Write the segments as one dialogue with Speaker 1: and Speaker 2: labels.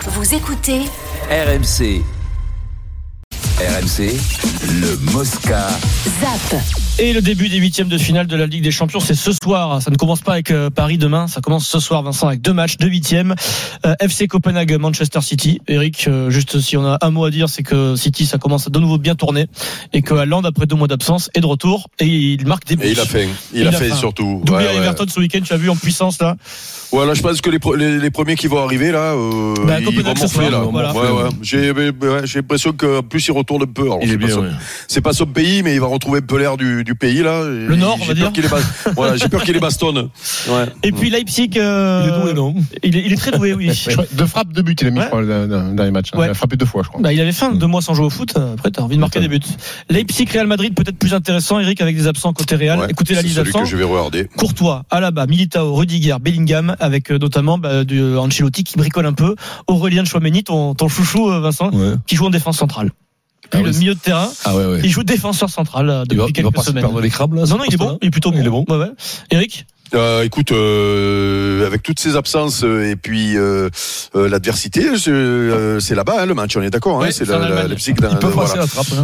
Speaker 1: Vous écoutez
Speaker 2: RMC. RMC, le Mosca.
Speaker 1: ZAP.
Speaker 3: Et le début des huitièmes de finale de la Ligue des Champions, c'est ce soir. Ça ne commence pas avec euh, Paris demain, ça commence ce soir, Vincent, avec deux matchs, deux huitièmes. Euh, FC Copenhague, Manchester City. Eric, euh, juste si on a un mot à dire, c'est que City, ça commence à de nouveau bien tourner et que Haaland, après deux mois d'absence, est de retour et il marque des buts.
Speaker 4: Et il a fait, il,
Speaker 3: Il
Speaker 4: a,
Speaker 3: a
Speaker 4: fait
Speaker 3: faim.
Speaker 4: surtout.
Speaker 3: Doublé
Speaker 4: Ouais,
Speaker 3: à
Speaker 4: ouais.
Speaker 3: Everton ce week-end, tu as vu en puissance là.
Speaker 4: Ouais, là, je pense que les, pro- les, les premiers qui vont arriver là, euh,
Speaker 3: Bah,
Speaker 4: ils vont
Speaker 3: Copenhague ce
Speaker 4: morfler
Speaker 3: soir,
Speaker 4: là.
Speaker 3: voilà.
Speaker 4: Ouais, ouais. J'ai mais, ouais, j'ai l'impression que en plus il retourne un peu. Alors, c'est pas son- C'est pas son pays, mais il va retrouver un peu l'air du, du pays là. Le
Speaker 3: Nord, on va
Speaker 4: J'ai
Speaker 3: dire.
Speaker 4: peur qu'il les bas- voilà, j'ai peur qu'il les bastonne. Ouais.
Speaker 3: Et puis Leipzig. euh, il est, il est très doué, oui. Je
Speaker 5: Je
Speaker 3: crois-
Speaker 5: crois- Deux frappes, deux buts, il a mis
Speaker 3: Ouais.
Speaker 5: je crois, dans, dans- dans les matchs.
Speaker 3: Ouais.
Speaker 5: Il a frappé deux fois, je crois.
Speaker 3: Bah, il avait
Speaker 4: Mm.
Speaker 3: faim, deux mois sans jouer au foot. Après, t'as envie de marquer des buts. Leipzig, Real Madrid, peut-être plus intéressant, Eric, avec des absents côté Real.
Speaker 4: Ouais,
Speaker 3: Écoutez la
Speaker 4: c'est
Speaker 3: liste
Speaker 4: celui
Speaker 3: d'absents.
Speaker 4: que je vais regarder.
Speaker 3: Courtois, Alaba, Militao, Rudiger, Bellingham, avec euh, notamment bah, du euh, Ancelotti qui bricole un peu, Aurélien Chouameni, ton, ton chouchou euh, Vincent,
Speaker 6: Ouais.
Speaker 3: qui joue en défense centrale.
Speaker 6: Ah
Speaker 3: Puis le
Speaker 6: ouais,
Speaker 3: milieu de terrain,
Speaker 6: Ah ouais, ouais.
Speaker 3: il joue défenseur central euh,
Speaker 6: Il
Speaker 3: depuis
Speaker 6: va, il va
Speaker 3: quelques
Speaker 6: pas se
Speaker 3: semaines.
Speaker 6: perdre les crabes là. ce
Speaker 3: Non, non, il est
Speaker 6: poste-là
Speaker 3: bon, il est plutôt bon.
Speaker 6: Il est bon.
Speaker 3: Ouais, ouais. Eric
Speaker 4: Euh, écoute, euh, avec toutes ces absences euh, et puis euh, euh, l'adversité, je- euh, c'est là-bas hein, le match. On est d'accord. hein,
Speaker 3: Ouais,
Speaker 4: c'est
Speaker 3: c'est
Speaker 4: la,
Speaker 3: en
Speaker 4: la-
Speaker 3: Allemagne.
Speaker 4: la psych d'un-
Speaker 6: Ils peuvent
Speaker 4: voilà.
Speaker 6: passer la trappe. hein.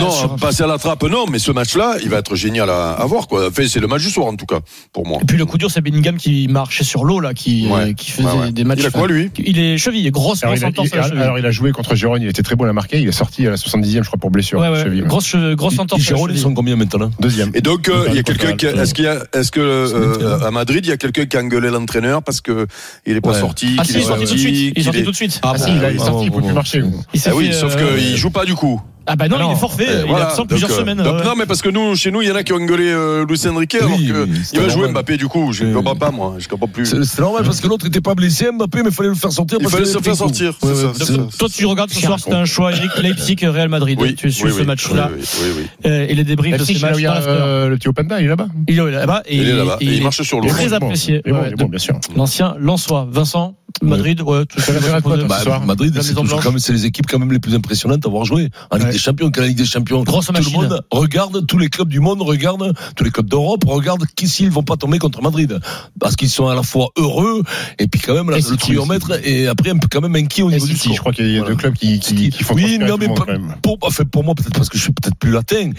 Speaker 4: non,
Speaker 3: Ah, sur-
Speaker 4: passer à la trappe, non, mais ce match-là, il va être génial à, à voir. Quoi. Enfin, c'est le match du soir, en tout cas, pour moi.
Speaker 3: Et puis le coup dur, c'est Bellingham qui marchait sur l'eau, là, qui, euh,
Speaker 4: Ouais,
Speaker 3: qui faisait
Speaker 4: ouais, ouais.
Speaker 3: des matchs.
Speaker 4: Il a quoi, lui
Speaker 3: Il est cheville, grosse,
Speaker 5: Alors
Speaker 3: grosse
Speaker 5: il, a,
Speaker 3: entorse
Speaker 5: il-
Speaker 3: à la cheville.
Speaker 5: alors, il a joué contre Gironne, il était très bon, il a marqué, il est sorti à la 70e, je crois, pour blessure.
Speaker 3: Ouais, ouais,
Speaker 5: cheville.
Speaker 3: grosse, che- grosse
Speaker 6: Ils-
Speaker 3: entorse à
Speaker 6: ils
Speaker 3: la
Speaker 6: Giroud, ils
Speaker 3: cheville.
Speaker 6: sont combien maintenant
Speaker 5: Deuxième.
Speaker 4: Et donc, euh, il y a quelqu'un qui. Est-ce qu'il y a, est-ce que euh,
Speaker 6: l'entraîneur.
Speaker 4: à Madrid, il y a quelqu'un qui a engueulé l'entraîneur parce que il est pas
Speaker 6: Ouais.
Speaker 4: sorti,
Speaker 3: Ah si,
Speaker 4: qu'il
Speaker 3: il est
Speaker 4: est
Speaker 3: sorti tout de suite. Il est
Speaker 4: qu'il
Speaker 3: sorti
Speaker 4: est-
Speaker 3: tout de suite.
Speaker 6: Ah,
Speaker 5: Si,
Speaker 6: bon,
Speaker 5: il
Speaker 6: ouais,
Speaker 5: est sorti, il
Speaker 6: bon,
Speaker 5: peut plus
Speaker 6: bon.
Speaker 5: marcher.
Speaker 3: Il s'est
Speaker 4: Ah oui,
Speaker 3: fait,
Speaker 4: sauf
Speaker 3: euh,
Speaker 4: qu'il joue pas du coup.
Speaker 3: Ah bah non, il est forfait.
Speaker 4: Euh,
Speaker 3: il est
Speaker 4: voilà.
Speaker 3: absent
Speaker 4: Donc,
Speaker 3: plusieurs
Speaker 4: euh,
Speaker 3: semaines.
Speaker 4: donc
Speaker 3: ouais.
Speaker 4: Non, mais parce que nous, chez nous, il y en a qui ont engueulé euh, Luis Enrique, alors que
Speaker 6: mais c'est
Speaker 4: il va jouer
Speaker 6: normal.
Speaker 4: Mbappé du coup. Je ne
Speaker 6: Oui.
Speaker 4: comprends pas moi. Je comprends plus.
Speaker 6: C'est c'est normal parce que l'autre était pas blessé, Mbappé, mais il fallait le faire sortir.
Speaker 4: Il
Speaker 6: parce
Speaker 4: fallait
Speaker 6: qu'il
Speaker 4: se
Speaker 6: avait
Speaker 4: faire
Speaker 6: pris le coup.
Speaker 4: sortir.
Speaker 6: Ouais,
Speaker 4: c'est
Speaker 6: ouais,
Speaker 4: ça,
Speaker 6: c'est-
Speaker 4: c'est ça.
Speaker 3: Toi, tu regardes ce soir, c'était un choix, Eric, Leipzig, Real Madrid.
Speaker 4: Oui,
Speaker 3: tu suis
Speaker 4: oui,
Speaker 3: ce
Speaker 4: oui.
Speaker 3: match-là
Speaker 4: Oui, oui, oui, oui.
Speaker 3: Euh, et les débriefs de
Speaker 5: Leipzig,
Speaker 3: ces
Speaker 5: là où
Speaker 3: matchs.
Speaker 5: il y
Speaker 3: dans
Speaker 5: a
Speaker 3: l'after.
Speaker 5: euh, le Tio Panda, il est là-bas.
Speaker 3: Il est là-bas et
Speaker 4: Il est là-bas
Speaker 3: et
Speaker 4: et il marche sur l'eau.
Speaker 3: très
Speaker 5: Il est bon,
Speaker 3: apprécié,
Speaker 5: il est bon,
Speaker 3: ouais,
Speaker 5: il est bon,
Speaker 3: de-
Speaker 5: bien sûr.
Speaker 3: L'ancien Lançois, Vincent, Madrid, ouais, tout
Speaker 5: Ça
Speaker 3: ça.
Speaker 5: l'intéresse pas,
Speaker 6: Bah,
Speaker 5: Ce soir,
Speaker 6: Madrid,
Speaker 3: la
Speaker 6: c'est
Speaker 3: Maison
Speaker 6: toujours
Speaker 3: Blanche.
Speaker 6: quand même- c'est les équipes quand même les plus impressionnantes à avoir joué en Ligue
Speaker 3: Ouais.
Speaker 6: des Champions. Quand la Ligue des Champions,
Speaker 3: Grosse
Speaker 6: tout
Speaker 3: machine.
Speaker 6: le monde regarde, tous les clubs du monde regardent, tous les clubs d'Europe regardent qui s'ils vont pas tomber contre Madrid, parce qu'ils sont à la fois heureux et puis quand même la-
Speaker 3: Et
Speaker 6: le
Speaker 3: City
Speaker 6: thermomètre et après un peu quand même inquiet au
Speaker 5: Et
Speaker 6: niveau du
Speaker 5: City,
Speaker 6: score.
Speaker 5: je crois qu'il y a
Speaker 6: Voilà.
Speaker 5: deux clubs qui, qui, qui font transpirer
Speaker 6: oui, non,
Speaker 5: tout le
Speaker 6: mais
Speaker 5: monde,
Speaker 6: pas-
Speaker 5: quand même.
Speaker 6: pour, enfin, pour moi, peut-être parce que je suis peut-être plus latin.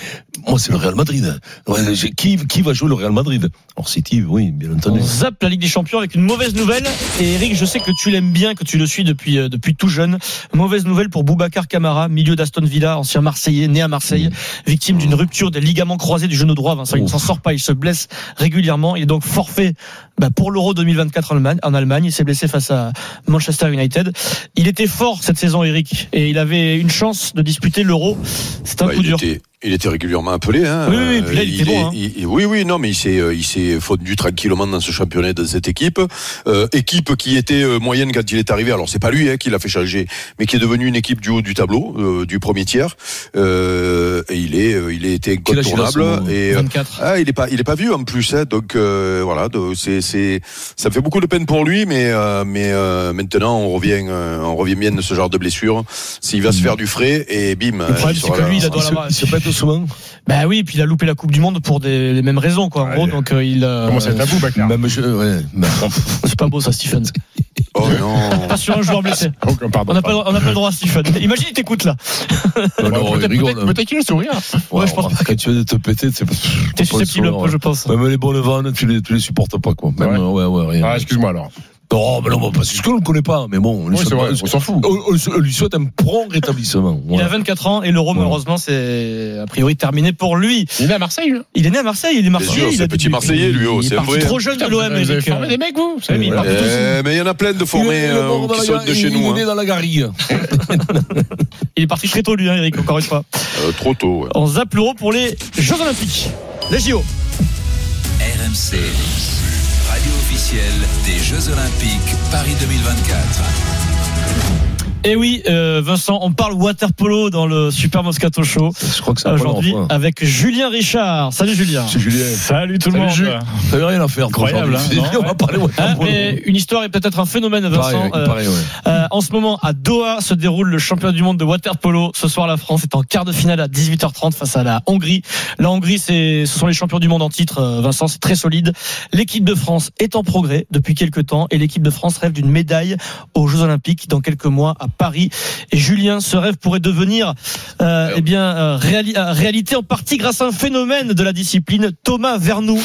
Speaker 6: Moi, c'est le Real Madrid. Ouais, j'ai- qui, qui va jouer le Real Madrid Or, City, oui, bien entendu.
Speaker 3: On zappe la Ligue des Champions avec une mauvaise nouvelle. Et Eric, je sais que tu l'aimes bien, que tu le suis depuis, euh, depuis tout jeune. Mauvaise nouvelle pour Boubacar Camara, milieu d'Aston Villa, ancien Marseillais, né à Marseille,
Speaker 4: Mm.
Speaker 3: victime d'une rupture des ligaments croisés du genou droit. Vincent, il ne
Speaker 6: Ouf.
Speaker 3: s'en sort pas, il se blesse régulièrement. Il est donc forfait bah, pour l'Euro 2024 en Allemagne, en Allemagne. Il s'est blessé face à Manchester United. Il était fort cette saison, Eric, et il avait une chance de disputer l'Euro. C'est un
Speaker 4: Bah,
Speaker 3: coup
Speaker 4: il
Speaker 3: dur.
Speaker 4: était, il était régulièrement appelé. Hein.
Speaker 3: Oui, oui, oui, puis là, il était
Speaker 4: est-
Speaker 3: bon, hein.
Speaker 4: il- oui, oui, non, mais il s'est, euh, il s'est fondu tranquillement dans ce championnat, dans cette équipe. Euh, équipe qui était euh, moyenne quand il est arrivé. Alors, c'est pas lui hein, qui l'a fait changer, mais qui est devenu une équipe du haut du tableau, euh, du premier tiers. Euh, et il est, euh, il est été
Speaker 6: Quel âge il a, ce
Speaker 4: incontournable.
Speaker 6: moment
Speaker 4: Et, euh,
Speaker 3: 24.
Speaker 4: ah, il est pas, il est pas vieux en plus, hein, donc euh, voilà, donc c'est, c'est, ça me fait beaucoup de peine pour lui, mais euh, mais euh, maintenant on revient, euh, on revient bien de ce genre de blessure. S'il va se faire du frais et bim. euh,
Speaker 3: Le problème,
Speaker 4: il
Speaker 3: c'est
Speaker 4: sera
Speaker 3: que
Speaker 4: là.
Speaker 3: lui, il a
Speaker 6: Il se,
Speaker 3: l'avoir.
Speaker 6: il se pète souvent.
Speaker 3: Bah oui, puis il a loupé la Coupe du Monde pour des, les mêmes raisons, quoi. En
Speaker 5: Ouais,
Speaker 3: gros,
Speaker 5: il-
Speaker 3: donc euh, il. euh,
Speaker 5: Comment c'est tabou, Bakar
Speaker 6: Même je, ouais. Bah,
Speaker 3: C'est pas beau ça, Stephen.
Speaker 4: Oh non.
Speaker 3: Pas sur un joueur blessé.
Speaker 5: Oh, pardon,
Speaker 3: On n'a pas,
Speaker 5: pardon.
Speaker 3: le- on n'a pas le droit, Stephen. Imagine, il t'écoute là.
Speaker 5: Bon,
Speaker 6: non, non, il
Speaker 5: Peut-être
Speaker 6: rigole. hein.
Speaker 5: peut-être- peut-être qu'il a le sourire.
Speaker 3: ouais, je pense
Speaker 6: alors, Quand tu veux te péter, c'est parce que-
Speaker 3: T'es susceptible un peu,
Speaker 6: hein.
Speaker 3: je pense.
Speaker 6: Même les bonnes vannes, tu les, tu les supportes pas, quoi. Même,
Speaker 5: Ouais.
Speaker 6: euh, ouais, ouais, rien.
Speaker 5: Ah, excuse-moi alors.
Speaker 6: Non, mais non, bah, parce que l'on ne connaît pas, mais bon, on lui
Speaker 5: Oui, c'est
Speaker 6: souhaite,
Speaker 5: vrai,
Speaker 6: on-
Speaker 5: on s'en fout.
Speaker 6: on- on se- on lui souhaite un prompt rétablissement.
Speaker 3: Il a
Speaker 6: Voilà.
Speaker 3: 24 ans et l'Euro, malheureusement, c'est a priori terminé pour lui.
Speaker 5: Il est à Marseille, lui.
Speaker 3: Il est né à Marseille, il est Marseillais.
Speaker 4: sûr,
Speaker 3: il
Speaker 4: c'est
Speaker 3: a des
Speaker 4: petit
Speaker 3: buts.
Speaker 4: Marseillais, lui, oh,
Speaker 3: Il est
Speaker 4: c'est
Speaker 3: parti
Speaker 4: vrai.
Speaker 3: trop jeune de l'OM,
Speaker 5: Vous avez
Speaker 3: Eric.
Speaker 5: formé des mecs, vous vous savez,
Speaker 3: Oui,
Speaker 5: voilà.
Speaker 3: Marc
Speaker 6: Ouais.
Speaker 4: Eh, mais il y en a plein de
Speaker 6: Il
Speaker 4: formés
Speaker 6: est-
Speaker 4: euh,
Speaker 6: le
Speaker 4: qui
Speaker 6: Bordeaux,
Speaker 4: sont de
Speaker 6: il-
Speaker 4: chez nous.
Speaker 6: Il est
Speaker 4: hein.
Speaker 6: né dans la garrigue.
Speaker 3: Il est parti très tôt, lui, hein, Eric, encore une fois.
Speaker 4: Euh, trop tôt. ouais.
Speaker 3: On zappe l'Euro pour les Jeux Olympiques. Les JO.
Speaker 2: RMC, radio officielle des Jeux Olympiques Paris 2024.
Speaker 3: Et oui, euh, Vincent, on parle water polo dans le Super Moscato Show
Speaker 6: Je crois que c'est un bon
Speaker 3: aujourd'hui ah,
Speaker 6: enfant.
Speaker 3: avec Julien Richard. Salut Julien.
Speaker 6: C'est Julien.
Speaker 7: Salut tout le
Speaker 6: Salut,
Speaker 7: monde.
Speaker 6: Jules. T'avais rien à faire, toi,
Speaker 7: Incroyable,
Speaker 6: aujourd'hui.
Speaker 7: hein,
Speaker 6: Tu t'es dit,
Speaker 7: non
Speaker 6: on va parler. ouais,
Speaker 3: Ah,
Speaker 6: pour le-
Speaker 3: mais une histoire et peut-être un phénomène, Vincent.
Speaker 6: Pareil,
Speaker 3: euh,
Speaker 6: pareil, ouais.
Speaker 3: Euh, en ce moment, à Doha se déroule le championnat du monde de water polo. Ce soir, la France est en quart de finale à 18h30 face à la Hongrie. La Hongrie, c'est, ce sont les champions du monde en titre, euh, Vincent, c'est très solide. L'équipe de France est en progrès depuis quelques temps et l'équipe de France rêve d'une médaille aux Jeux Olympiques dans quelques mois à Paris. Et Julien, ce rêve pourrait devenir euh, eh bien, euh, réali- euh, réalité en partie grâce à un phénomène de la discipline, Thomas Vernou.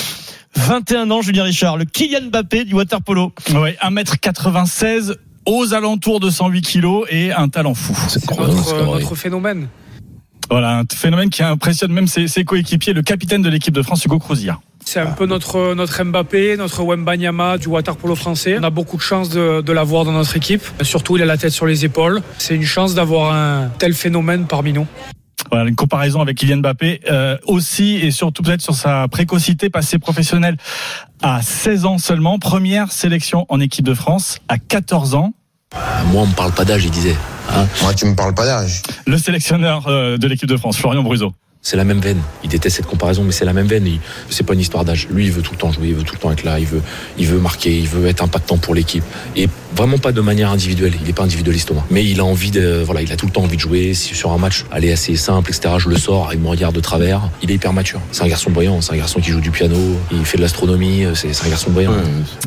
Speaker 3: 21 ans, Julien Richard, le Kylian Mbappé du waterpolo.
Speaker 1: Ouais, 1m96 aux alentours de 108 kilos et un talent fou.
Speaker 7: C'est notre, euh, notre phénomène.
Speaker 1: Voilà, un phénomène qui impressionne même ses, ses coéquipiers, le capitaine de l'équipe de France, Hugo Crouzia.
Speaker 7: C'est
Speaker 8: Ah,
Speaker 7: un peu notre, euh, notre Mbappé, notre Wembanyama du water polo français. On a beaucoup de chance de, de l'avoir dans notre équipe. Surtout, il a la tête sur les épaules. C'est une chance d'avoir un tel phénomène parmi nous.
Speaker 1: Voilà, une comparaison avec Kylian Mbappé euh, aussi et surtout peut-être sur sa précocité passée professionnelle à 16 ans seulement, première sélection en équipe de France à 14 ans.
Speaker 8: Moi, on me parle pas d'âge, il disait.
Speaker 9: Moi, tu me parles pas d'âge.
Speaker 1: Le sélectionneur euh, de l'équipe de France, Florian Bruzo.
Speaker 8: C'est la même veine. Il déteste cette comparaison, mais c'est la même veine. Il- C'est pas une histoire d'âge. Lui, il veut tout le temps jouer, il veut tout le temps être là, il veut, il veut marquer, il veut être impactant pour l'équipe. Et vraiment pas de manière individuelle. Il est pas individualiste, Thomas. Mais il a envie de, voilà, il a tout le temps envie de jouer. Si sur un match, aller assez simple, etc. Je le sors, il me regarde de travers. Il est hyper mature. C'est un garçon brillant. C'est un garçon qui joue du piano. Il fait de l'astronomie. euh, C'est c'est un garçon brillant.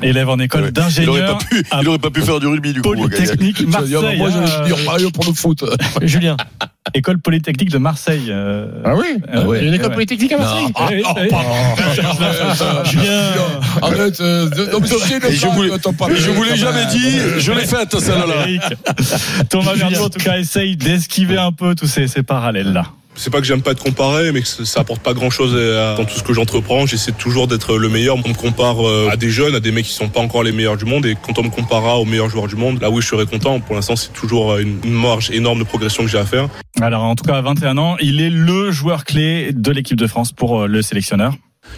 Speaker 1: Élève en école
Speaker 4: Ouais. Il aurait
Speaker 1: d'ingénieur
Speaker 4: pas pu,
Speaker 1: à
Speaker 3: Ah,
Speaker 4: il aurait pas pu faire du rugby du coup. Gagnac.
Speaker 1: Polytechnique Marseille.
Speaker 6: moi,
Speaker 1: hein,
Speaker 6: je suis Mario bah, pour le foot.
Speaker 3: Julien.
Speaker 1: école Polytechnique de Marseille. euh,
Speaker 5: Ah oui
Speaker 1: Ah ouais.
Speaker 5: Il y a une école
Speaker 1: Ouais.
Speaker 5: polytechnique à Marseille
Speaker 1: Ah, ah, ah, Julien.
Speaker 6: Arrête, euh, non, mais tu sais le
Speaker 4: Et je
Speaker 6: pas,
Speaker 4: voulais-
Speaker 6: t'en parles.
Speaker 4: Mais je vous l'ai jamais dit, je l'ai faite celle-là.
Speaker 1: Eric. Thomas Verdier, en tout cas, essaye d'esquiver un peu tous ces, ces parallèles-là.
Speaker 10: C'est pas que j'aime pas être comparé, mais que ça apporte pas grand chose dans tout ce que j'entreprends. J'essaie toujours d'être le meilleur. On me compare euh, à des jeunes, à des mecs qui sont pas encore les meilleurs du monde. Et quand on me comparera aux meilleurs joueurs du monde, là oui, je serai content. Pour l'instant, c'est toujours euh, une une marge énorme de progression que j'ai à faire.
Speaker 1: Alors, en tout cas, à 21 ans, il est le joueur clé de l'équipe de France pour euh, le sélectionneur.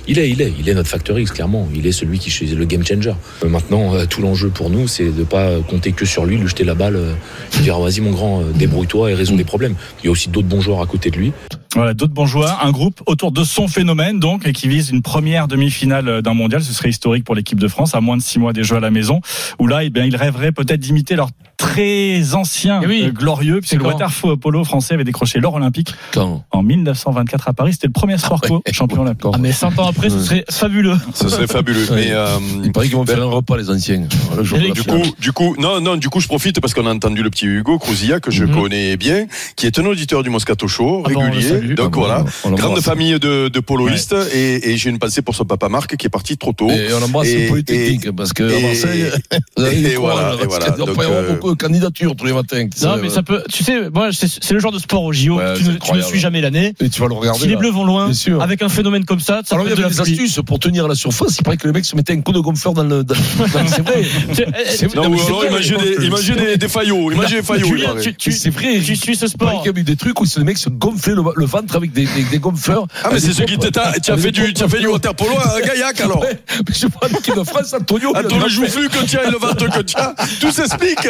Speaker 8: Il est, il est, il est notre facteur X, clairement. Il est celui qui est le game changer. Euh, Maintenant, euh, tout l'enjeu pour nous, c'est de pas euh, compter que sur lui, lui jeter la balle, euh, lui dire vas-y mon grand, euh, débrouille-toi et résous les problèmes. Il y a aussi d'autres bons joueurs à côté de lui.
Speaker 1: Voilà, d'autres bons joueurs, un groupe autour de son phénomène, donc, et qui vise une première demi-finale euh, d'un mondial. Ce serait historique pour l'équipe de France, à moins de six mois des Jeux à la maison, où là, eh bien, ils rêveraient peut-être d'imiter leur très ancien
Speaker 3: Eh oui.
Speaker 1: euh, glorieux, puisque le
Speaker 3: loin.
Speaker 1: water polo français avait décroché l'or olympique
Speaker 6: Quand
Speaker 1: en 1924 à Paris. C'était le premier sport co champion olympique.
Speaker 3: Ah, mais 100 ans après, ce serait fabuleux.
Speaker 4: Ce serait fabuleux.
Speaker 6: Ouais.
Speaker 4: Mais euh,
Speaker 6: Il paraît qu'ils vont faire un repas, les anciens. Le jour de la
Speaker 4: du
Speaker 6: finale.
Speaker 4: coup, du coup, non, non, du coup, je profite parce qu'on a entendu le petit Hugo Crouzilla que je
Speaker 3: Mhm.
Speaker 4: connais bien, qui est un auditeur du Moscato Show
Speaker 3: Ah bon, on le
Speaker 4: régulier.
Speaker 3: salue.
Speaker 4: Donc
Speaker 6: Ah,
Speaker 4: voilà,
Speaker 6: on l'embrasse.
Speaker 4: grande famille de, de poloistes et, et j'ai une pensée pour son papa Marc qui est parti trop tôt.
Speaker 6: Et on embrasse
Speaker 4: Et-
Speaker 6: le Polytechnique, parce que à
Speaker 4: et-
Speaker 6: Marseille,
Speaker 4: et-
Speaker 6: il
Speaker 4: et voilà, et voilà.
Speaker 6: Il doit
Speaker 4: Donc,
Speaker 6: pas y avoir
Speaker 4: euh,
Speaker 6: beaucoup de candidatures tous les matins. tu sais, euh,
Speaker 3: Non, mais ça peut. Tu sais, moi, c'est c'est le genre de sport au JO.
Speaker 6: Ouais,
Speaker 3: tu,
Speaker 6: c'est
Speaker 3: ne, tu ne
Speaker 6: incroyable.
Speaker 3: suis jamais l'année.
Speaker 6: Et tu vas le regarder.
Speaker 3: Si les
Speaker 6: là.
Speaker 3: Bleus vont loin,
Speaker 6: Bien sûr.
Speaker 3: avec un phénomène comme ça, ça
Speaker 6: Alors,
Speaker 3: peut
Speaker 6: il y
Speaker 3: être de
Speaker 6: avait
Speaker 3: la
Speaker 6: des
Speaker 3: folie.
Speaker 6: astuces pour tenir à la surface. Il paraît que le mec se mettait un coup de gonfleur dans le. dans- dans- C'est vrai.
Speaker 3: C'est- eh,
Speaker 4: Non,
Speaker 6: Non, mais
Speaker 4: ou
Speaker 6: c'est
Speaker 4: alors,
Speaker 6: vrai,
Speaker 4: imaginez,
Speaker 6: je pense que-
Speaker 4: des- imaginez des, des faillots, imaginez des faillots. il
Speaker 3: Julien,
Speaker 4: paraît.
Speaker 3: tu, tu,
Speaker 6: C'est vrai. Bah,
Speaker 3: tu suis ce
Speaker 6: Il paraît
Speaker 3: sport.
Speaker 6: qu'il y a eu des trucs où le mec se gonflait le, le ventre avec des, des, des gonfleurs.
Speaker 4: Ah mais
Speaker 6: Avec
Speaker 4: c'est
Speaker 6: des
Speaker 4: ce qui
Speaker 6: pompes-
Speaker 4: t'état. Tu as
Speaker 6: avec
Speaker 4: fait
Speaker 6: des
Speaker 4: du,
Speaker 6: pompes-
Speaker 4: tu as fait du waterpolo à Gaillac alors.
Speaker 6: Ouais, mais je parle l'équipe de France, Antonio. il a
Speaker 4: Attends le
Speaker 6: dû-
Speaker 4: joufflu que tu as et le ventre que tu as, tout s'explique.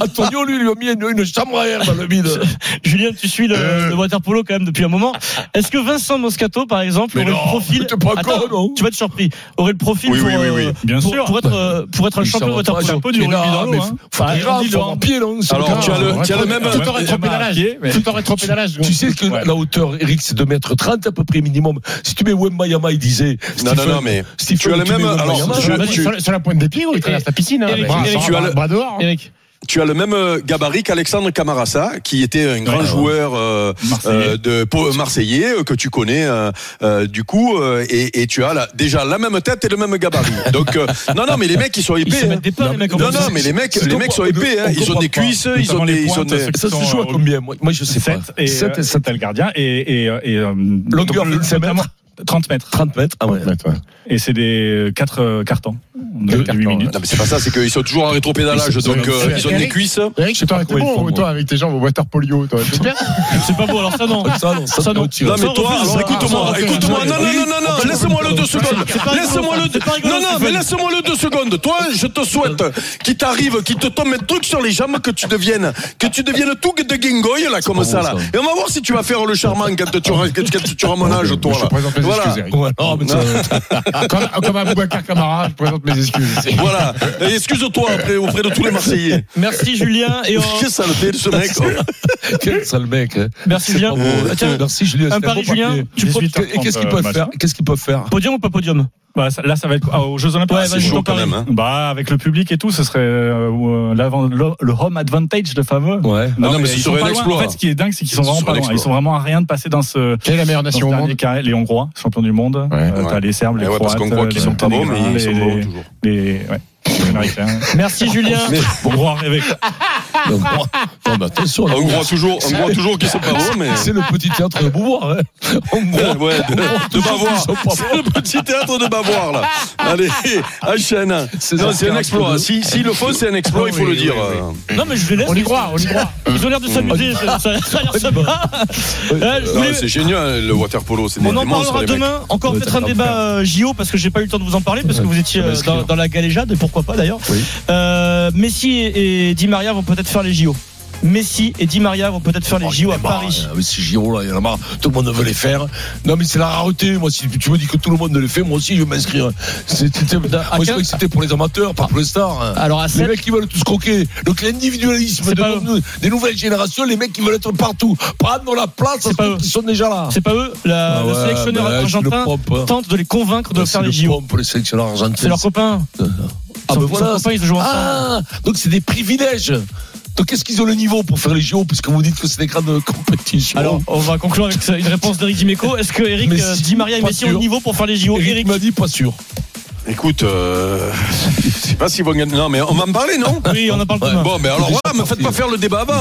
Speaker 6: Antonio, lui, lui a mis une, une chambre à air dans le bide.
Speaker 3: Julien, tu suis le, le water polo quand même depuis un moment. Est-ce que Vincent Moscato, par exemple,
Speaker 6: Mais
Speaker 3: aurait
Speaker 6: non,
Speaker 3: le profil
Speaker 6: t'es pas con, non
Speaker 3: Tu vas être surpris. Aurait le profil
Speaker 4: Oui,
Speaker 3: pour,
Speaker 4: oui, oui, oui.
Speaker 3: euh,
Speaker 1: Bien
Speaker 3: pour,
Speaker 1: sûr.
Speaker 3: pour être euh, pour être un champion de water polo.
Speaker 1: peu du rugby dans l'eau, hein.
Speaker 6: Faut
Speaker 1: Bah,
Speaker 6: être grave,
Speaker 1: on dit
Speaker 6: faut
Speaker 1: donc.
Speaker 6: avoir pied, non c'est
Speaker 4: Alors,
Speaker 6: grave.
Speaker 4: tu as le- tu as le même-
Speaker 1: Tout en rétropédalage. Tout
Speaker 6: en rétropédalage. Tu sais que
Speaker 1: Ouais.
Speaker 6: la hauteur, Eric, c'est 2m30 à peu près minimum. Si tu mets Wembayama, il disait.
Speaker 4: Non, non, non, mais
Speaker 6: Stephen,
Speaker 4: tu as le
Speaker 6: mets
Speaker 4: même-
Speaker 6: Wembanyama,
Speaker 4: alors,
Speaker 6: ça
Speaker 4: je-
Speaker 6: va,
Speaker 4: je-
Speaker 6: tu-
Speaker 5: Sur la pointe des pieds ou il traverse la piscine hein
Speaker 3: Eric,
Speaker 5: Bras-
Speaker 3: Eric,
Speaker 5: bras-
Speaker 4: tu as le-
Speaker 5: Bras dehors. hein.
Speaker 3: Eric,
Speaker 4: Tu as le même euh, gabarit qu'Alexandre Camarasa, qui était un grand
Speaker 1: ouais.
Speaker 4: joueur euh,
Speaker 1: Marseillais.
Speaker 4: euh, de po- marseillais euh, que tu connais euh, euh, du coup, euh, et, et tu as la- déjà la même tête et le même gabarit. Donc euh, non, non, mais les mecs ils sont
Speaker 3: ils se
Speaker 4: épais. hein.
Speaker 3: mettent des pains, les mecs. en
Speaker 4: Non,
Speaker 3: plus.
Speaker 4: non, mais les mecs, les mecs sont épais. hein. Ils ont des cuisses, ils ont
Speaker 1: Notamment
Speaker 4: des,
Speaker 1: les
Speaker 4: ils ont
Speaker 1: pointes,
Speaker 4: des.
Speaker 1: ceux qui
Speaker 6: Ça se
Speaker 1: sont,
Speaker 6: joue à
Speaker 1: euh,
Speaker 6: combien Moi, moi, je sais pas.
Speaker 1: 7 et
Speaker 6: 7
Speaker 1: 7
Speaker 6: et 7
Speaker 1: le gardien et et et euh,
Speaker 6: Longueur
Speaker 1: donc,
Speaker 6: 25
Speaker 1: notamment 30 mètres
Speaker 6: 30 mètres. Ah ouais.
Speaker 5: Ouais, ouais.
Speaker 1: et c'est des 4 cartons de
Speaker 5: Deux
Speaker 1: de 8
Speaker 5: cartons,
Speaker 1: minutes.
Speaker 4: Non, mais c'est pas ça. C'est qu'ils sont toujours en rétropédalage.
Speaker 6: Ils sont-
Speaker 4: Donc euh, ils ont des
Speaker 5: Eric
Speaker 4: cuisses.
Speaker 5: Eric,
Speaker 6: sais pas
Speaker 5: toi, t'es
Speaker 6: quoi ils font,
Speaker 5: bon,
Speaker 6: moi.
Speaker 5: toi, avec tes gens au water polio, toi. t'es bien
Speaker 3: C'est pas beau. Alors ça non.
Speaker 6: Ça, non, ça,
Speaker 3: Ça, non.
Speaker 6: non. tu
Speaker 4: Non
Speaker 6: vois.
Speaker 4: mais toi,
Speaker 3: refuse,
Speaker 4: alors
Speaker 3: ça.
Speaker 4: écoute-moi,
Speaker 3: Ça refuse.
Speaker 4: écoute-moi. Non, non,
Speaker 3: Oui.
Speaker 4: non, non, non, laisse-moi le deux secondes.
Speaker 3: C'est pas
Speaker 4: Laisse-moi
Speaker 3: rigolo,
Speaker 4: le
Speaker 3: c'est pas rigolo,
Speaker 4: Non, non,
Speaker 3: Stéphane.
Speaker 4: mais laisse-moi le deux secondes. Toi, je te souhaite qu'il t'arrive, qu'il te tombe un truc sur les jambes, que tu deviennes, que tu deviennes tout de guingoy, là, comme ça, là. Et on va voir si tu vas faire le charmant quand tu auras, quand tu auras mon âge, toi,
Speaker 5: Je
Speaker 4: là.
Speaker 5: présente mes
Speaker 4: Voilà.
Speaker 5: excuses, Eric.
Speaker 6: Ouais, non, mais tu-
Speaker 5: Comme, comme Aboubacar Camara, je présente mes excuses.
Speaker 3: excuses.
Speaker 4: Voilà. Et Excuse-toi après auprès de tous les Marseillais.
Speaker 3: Merci Julien et on-
Speaker 4: Quelle saleté de ce mec. hein quoi.
Speaker 6: Quel sale mec. hein.
Speaker 3: merci
Speaker 6: C'est
Speaker 3: Julien.
Speaker 6: pas beau.
Speaker 3: Euh, tiens,
Speaker 6: Merci Julien.
Speaker 3: un
Speaker 6: c'est
Speaker 3: pari,
Speaker 6: beau
Speaker 3: Julien.
Speaker 6: papier.
Speaker 1: Tu profites-
Speaker 6: Et Qu'est-ce qu'ils peuvent faire Qu'est-ce qu'ils peuvent faire
Speaker 3: Podium ou pas podium
Speaker 1: Bah, ça- là, ça va être ah, aux Jeux Olympiques.
Speaker 3: Ouais,
Speaker 1: c'est
Speaker 3: vas-y,
Speaker 1: chaud
Speaker 3: ton
Speaker 1: quand
Speaker 3: pari.
Speaker 4: même, hein.
Speaker 1: Bah, avec le public et tout, ce serait euh, euh, l'avant- le, le home advantage, le fameux.
Speaker 6: Ouais.
Speaker 4: Ah non, mais ce
Speaker 1: ils sont
Speaker 4: serait
Speaker 1: pas
Speaker 4: un
Speaker 1: loin.
Speaker 4: exploit.
Speaker 1: En fait, ce qui est dingue, c'est qu'ils sont
Speaker 4: Ce
Speaker 1: vraiment
Speaker 4: serait
Speaker 1: pas
Speaker 4: un
Speaker 1: loin. Ils
Speaker 4: exploit.
Speaker 1: sont vraiment à rien de passer dans ce,
Speaker 5: Quelle est la meilleure
Speaker 1: dans ce
Speaker 5: nation au
Speaker 1: dernier
Speaker 5: monde
Speaker 1: carré. Les Hongrois, champions du monde.
Speaker 5: Ouais.
Speaker 1: Euh, T'as les Serbes, les
Speaker 4: Eh ouais,
Speaker 1: Croates.
Speaker 4: parce qu'on croit qu'ils
Speaker 1: euh,
Speaker 4: sont pas bons, mais
Speaker 1: les-
Speaker 4: ils sont
Speaker 1: les-
Speaker 4: bons toujours.
Speaker 1: les- ouais, les Américains.
Speaker 3: Merci Julien.
Speaker 1: Bon, gros à rêver. quoi.
Speaker 6: Donc, bon, non, mais attention,
Speaker 4: On
Speaker 6: là,
Speaker 4: croit toujours, on croit toujours qu'ils sont pas bons, Ah, mais.
Speaker 6: c'est le petit théâtre de Beauvoir. hein. On
Speaker 4: Ouais,
Speaker 6: croit-
Speaker 4: ouais, de, de Bavoir. C'est le petit théâtre de Bavoir, là. Allez, enchaîne. Non,
Speaker 6: C'est
Speaker 4: C'est un
Speaker 6: Oscar
Speaker 4: exploit.
Speaker 6: Trudeau.
Speaker 4: Si, si le font, c'est un exploit, il faut le dire.
Speaker 3: Non mais je les laisse.
Speaker 5: On y croit, on y croit.
Speaker 3: Ils ont l'air de s'amuser. ça, ça, ça a l'air sympa. Euh, je
Speaker 4: Non,
Speaker 3: voulais-
Speaker 4: C'est génial, le waterpolo. C'est des
Speaker 3: On
Speaker 4: des
Speaker 3: en
Speaker 4: monstres,
Speaker 3: parlera
Speaker 4: les mecs.
Speaker 3: demain. Encore peut-être un débat euh, JO parce que j'ai pas eu le temps de vous en parler parce que vous étiez euh, dans, dans la galéjade et pourquoi pas d'ailleurs.
Speaker 6: Oui.
Speaker 3: Euh, Messi et, et Di Maria vont peut-être faire les JO. Messi et Di Maria vont peut-être faire les
Speaker 6: Oh,
Speaker 3: JO
Speaker 6: il
Speaker 3: à
Speaker 6: y en a marre,
Speaker 3: Paris.
Speaker 6: euh, Mais ces JO là, il y en a marre. Tout le monde veut les faire. Non, mais c'est la rareté. Moi, si tu me dis que tout le monde les fait, moi aussi, je vais m'inscrire. C'était- Moi,
Speaker 3: À
Speaker 6: je
Speaker 3: quel-
Speaker 6: croyais que c'était pour les amateurs, pas pour les stars. hein.
Speaker 3: Alors à
Speaker 6: Les
Speaker 3: 7
Speaker 6: mecs qui veulent tous croquer. Donc l'individualisme
Speaker 3: C'est
Speaker 6: de
Speaker 3: pas
Speaker 6: nos- des nouvelles générations, les mecs qui veulent être partout, prendre la place
Speaker 3: C'est
Speaker 6: à
Speaker 3: pas
Speaker 6: ceux
Speaker 3: eux.
Speaker 6: qui sont déjà là.
Speaker 3: c'est pas eux, la-
Speaker 6: Ah
Speaker 3: le
Speaker 6: ouais,
Speaker 3: sélectionneur
Speaker 6: mais c'est
Speaker 3: argentin
Speaker 6: le propre, hein.
Speaker 3: tente de les convaincre de
Speaker 6: C'est
Speaker 3: faire
Speaker 6: le
Speaker 3: les JO.
Speaker 6: pompe pour les sélectionneurs argentins.
Speaker 3: C'est leur copain.
Speaker 6: Ah,
Speaker 3: Son-
Speaker 6: ben
Speaker 3: son
Speaker 6: voilà.
Speaker 3: copain, ils se jouent ensemble.
Speaker 6: Ah, donc c'est des privilèges. Donc est-ce qu'ils ont le niveau pour faire les JO puisque vous dites que c'est des grandes compétitions
Speaker 3: Alors, on va conclure avec ça, une réponse d'Eric Dimeco. Est-ce que Eric,
Speaker 6: Messi,
Speaker 3: euh, Di Maria et
Speaker 6: pas
Speaker 3: Messi
Speaker 6: sûr.
Speaker 3: ont le niveau pour faire les JO
Speaker 6: Eric
Speaker 3: Eric,
Speaker 6: m'a dit pas sûr.
Speaker 4: Écoute, euh, je sais pas s'ils vont gagner. Non, mais on va en parler, non
Speaker 3: oui, on en parle
Speaker 6: Ouais,
Speaker 3: demain.
Speaker 4: Bon, mais alors, ouais, me faites pas faire le débat avant.